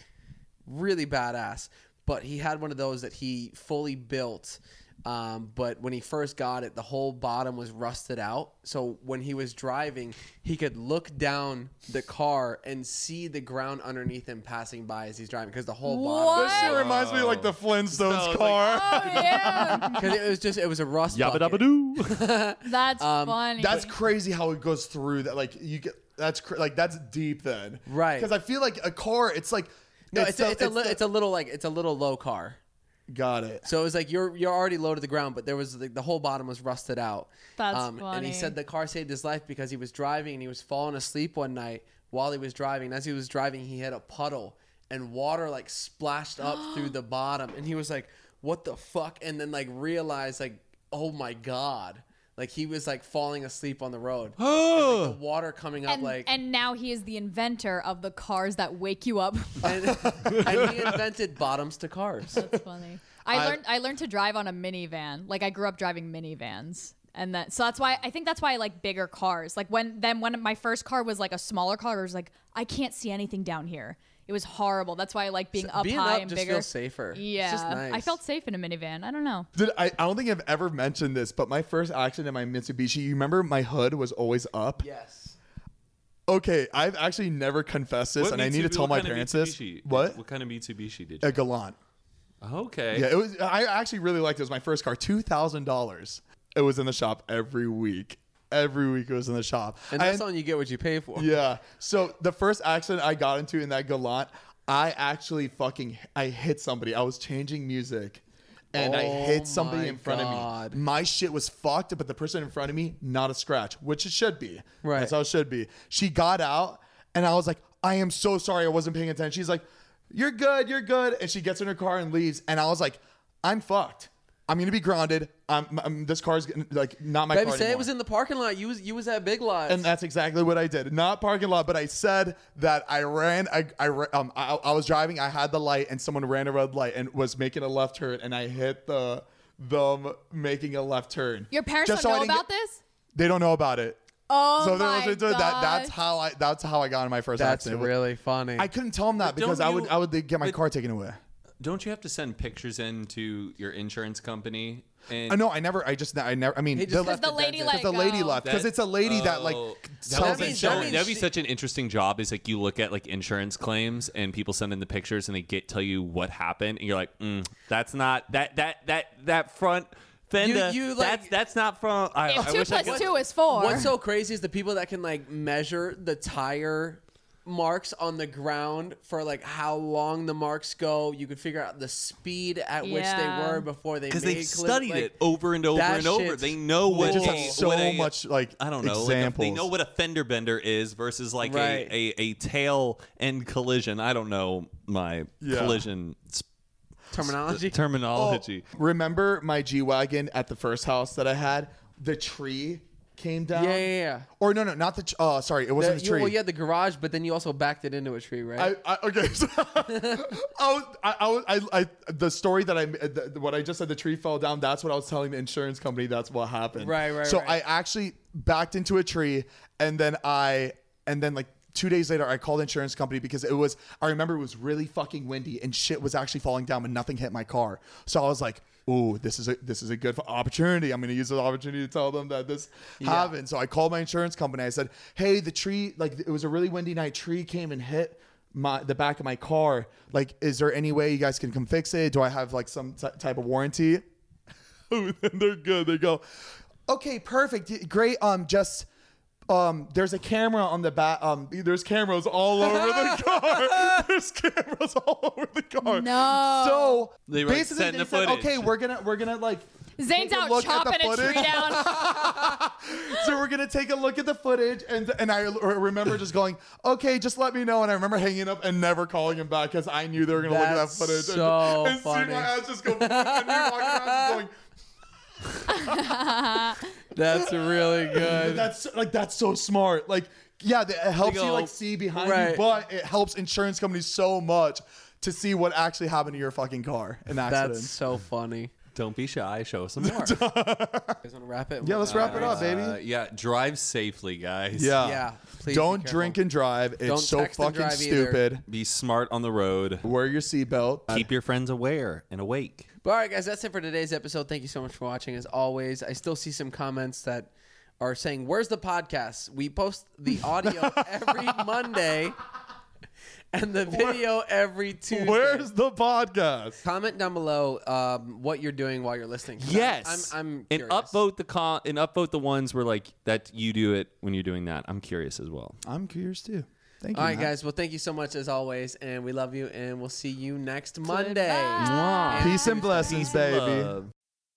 really badass. But he had one of those that he fully built. Um, but when he first got it, the whole bottom was rusted out. So when he was driving, he could look down the car and see the ground underneath him passing by as he's driving because the whole bottom. This shit reminds me of, like the Flintstones Oh. like- car. Oh yeah, Because it was just it was a rust. Yabba dabba bucket. doo. that's Um, funny. That's crazy how it goes through that. Like you get that's cr- like that's deep then, Right. Because I feel like a car. It's like No, it's, the- a, it's, a li- the- it's a little like it's a little low car. got it. So it was like you're you're already low to the ground, but there was like the whole bottom was rusted out. That's um, And he funny. said the car saved his life because he was driving and he was falling asleep one night while he was driving. As he was driving, he hit a puddle and water like splashed up through the bottom, and he was like, "What the fuck?" And then like realized like, "Oh my god!" Like he was like falling asleep on the road. And, like, the water coming up and, like and now he is the inventor of the cars that wake you up. and, and he invented bottoms to cars. That's funny. I, learned I learned to drive on a minivan. Like I grew up driving minivans. And that so that's why I think that's why I like bigger cars. Like when then when my first car was like a smaller car, I was like, I can't see anything down here. It was horrible. That's why I like being up being high up and just bigger. feels safer. It's Yeah. just nice. I felt safe in a minivan. I don't know. Did, I, I don't think I've ever mentioned this, but my first accident in my Mitsubishi, you remember my hood was always up? Yes. Okay, I've actually never confessed this, and I need to tell my parents this. What? What kind of Mitsubishi did A you? Galant. Okay. Yeah, it was. I actually really liked it. It was my first car. Two thousand dollars. It was in the shop every week. Every week it was in the shop. And that's And- on you get what you pay for. yeah. So the first accident I got into in that Galant, I actually fucking I hit somebody. I was changing music. And I Oh hit somebody my in front God. of me. My shit was fucked, but the person in front of me, not a scratch, which it should be. Right. That's how it should be. She got out, and I was like, I am so sorry I wasn't paying attention. She's like, You're good, you're good. And she gets in her car and leaves. And I was like, I'm fucked. I'm gonna be grounded. I'm, I'm this car's gonna- like not my Baby, car. say it anymore." was in the parking lot. You was you was at Big Lots. And that's exactly what I did. Not parking lot, but I said that I ran. I I ra- um I, I was driving. I had the light, and someone ran a red light and was making a left turn, and I hit the them making a left turn. Your parents Just don't so I know didn't about get- this? They don't know about it. Oh so my they god. that. That's how I. That's how I got in my first that's accident. really funny. I couldn't tell them that But don't because I would you- I would get my but- car taken away. Don't you have to send pictures in to your insurance company? And Uh, no, I never. I just I never. I mean, He just the- left the it lady dented. let because the lady go. left because That- it's a lady that like Oh. sells That would, be, means- so- that insurance. means that'd be she- such an interesting job. Is like you look at like insurance claims and people send in the pictures and they get tell you what happened and you're like, mm, that's not that that that that front fender. you, like- that's that's not from. I, If I two wish I plus could. two is four. What's so crazy is the people that can like measure the tire marks on the ground for like how long the marks go. You could figure out the speed at which Yeah. they were before they because made they've clip- studied like, it over and over that and over. shit's They know They what just a- have so what a- much, like, I don't know. like, examples. they know what a fender bender is versus like Right. a, a a tail end collision. I don't know my Yeah. collision sp- terminology. terminology. Oh. Remember my G wagon at the first house that I had? The tree came down. Yeah, yeah, yeah. Or no, no, not the. Tr- uh, sorry, it The- wasn't the, you, tree. well, you had the garage, but then you also backed it into a tree, right? I, I, okay, so I, was, I, I, was- I, I, the story that I, the, what I just said, the tree fell down. That's what I was telling the insurance company. That's what happened. Right, right, So right. I actually backed into a tree, and then I, and then like two days later, I called the insurance company because it was. I remember it was really fucking windy, and shit was actually falling down, but nothing hit my car. So I was like. Ooh, this is a this is a good opportunity. I'm going to use this opportunity to tell them that this happened. So I called my insurance company. I said, "Hey, the tree like it was a really windy night. Tree came and hit my the back of my car. Like, is there any way you guys can come fix it? Do I have like some t- type of warranty? and they're good. They go, okay, perfect, y- great. Um, just um, there's a camera on the back. Um, there's cameras all over the car. there's cameras all over the car. No. So They were, like, basically, sent they the said, footage. okay, we're gonna we're gonna like Take Zane's a out look at the chopping a tree footage. down. so we're gonna take a look at the footage, and and I r- remember just going, okay, just let me know. And I remember hanging up and never calling him back because I knew they were gonna look at that That's footage. so and, and funny. seeing my eyes just go, and me walking around just going, That's really good. that's like that's so smart. Like, yeah, that- it helps They you go, like see behind oh, right. you, but it helps insurance companies so much to see what actually happened to your fucking car in accident. That's so funny. Don't be shy. Show us some more. You guys want to wrap it? yeah, let's wrap it up, baby. Uh, yeah, drive safely, guys. yeah. uh, yeah, please be Don't careful. drink and drive. It's Don't so text and fucking drive either. stupid. Be smart on the road. Wear your seatbelt. Keep your friends aware and awake. But all right, guys, that's it for today's episode. Thank you so much for watching. As always, I still see some comments that are saying, "Where's the podcast?" We post the audio every Monday and the video every Tuesday. Where's the podcast? Comment down below um, what you're doing while you're listening. 'Cause I'm- Yes. I'm. I'm and curious. upvote the con and upvote the ones where like that you do it when you're doing that. I'm curious as well. I'm curious too. Thank you. All right, Matt. guys. Well, thank you so much as always, and we love you, and we'll see you next Monday. Peace and blessings, baby.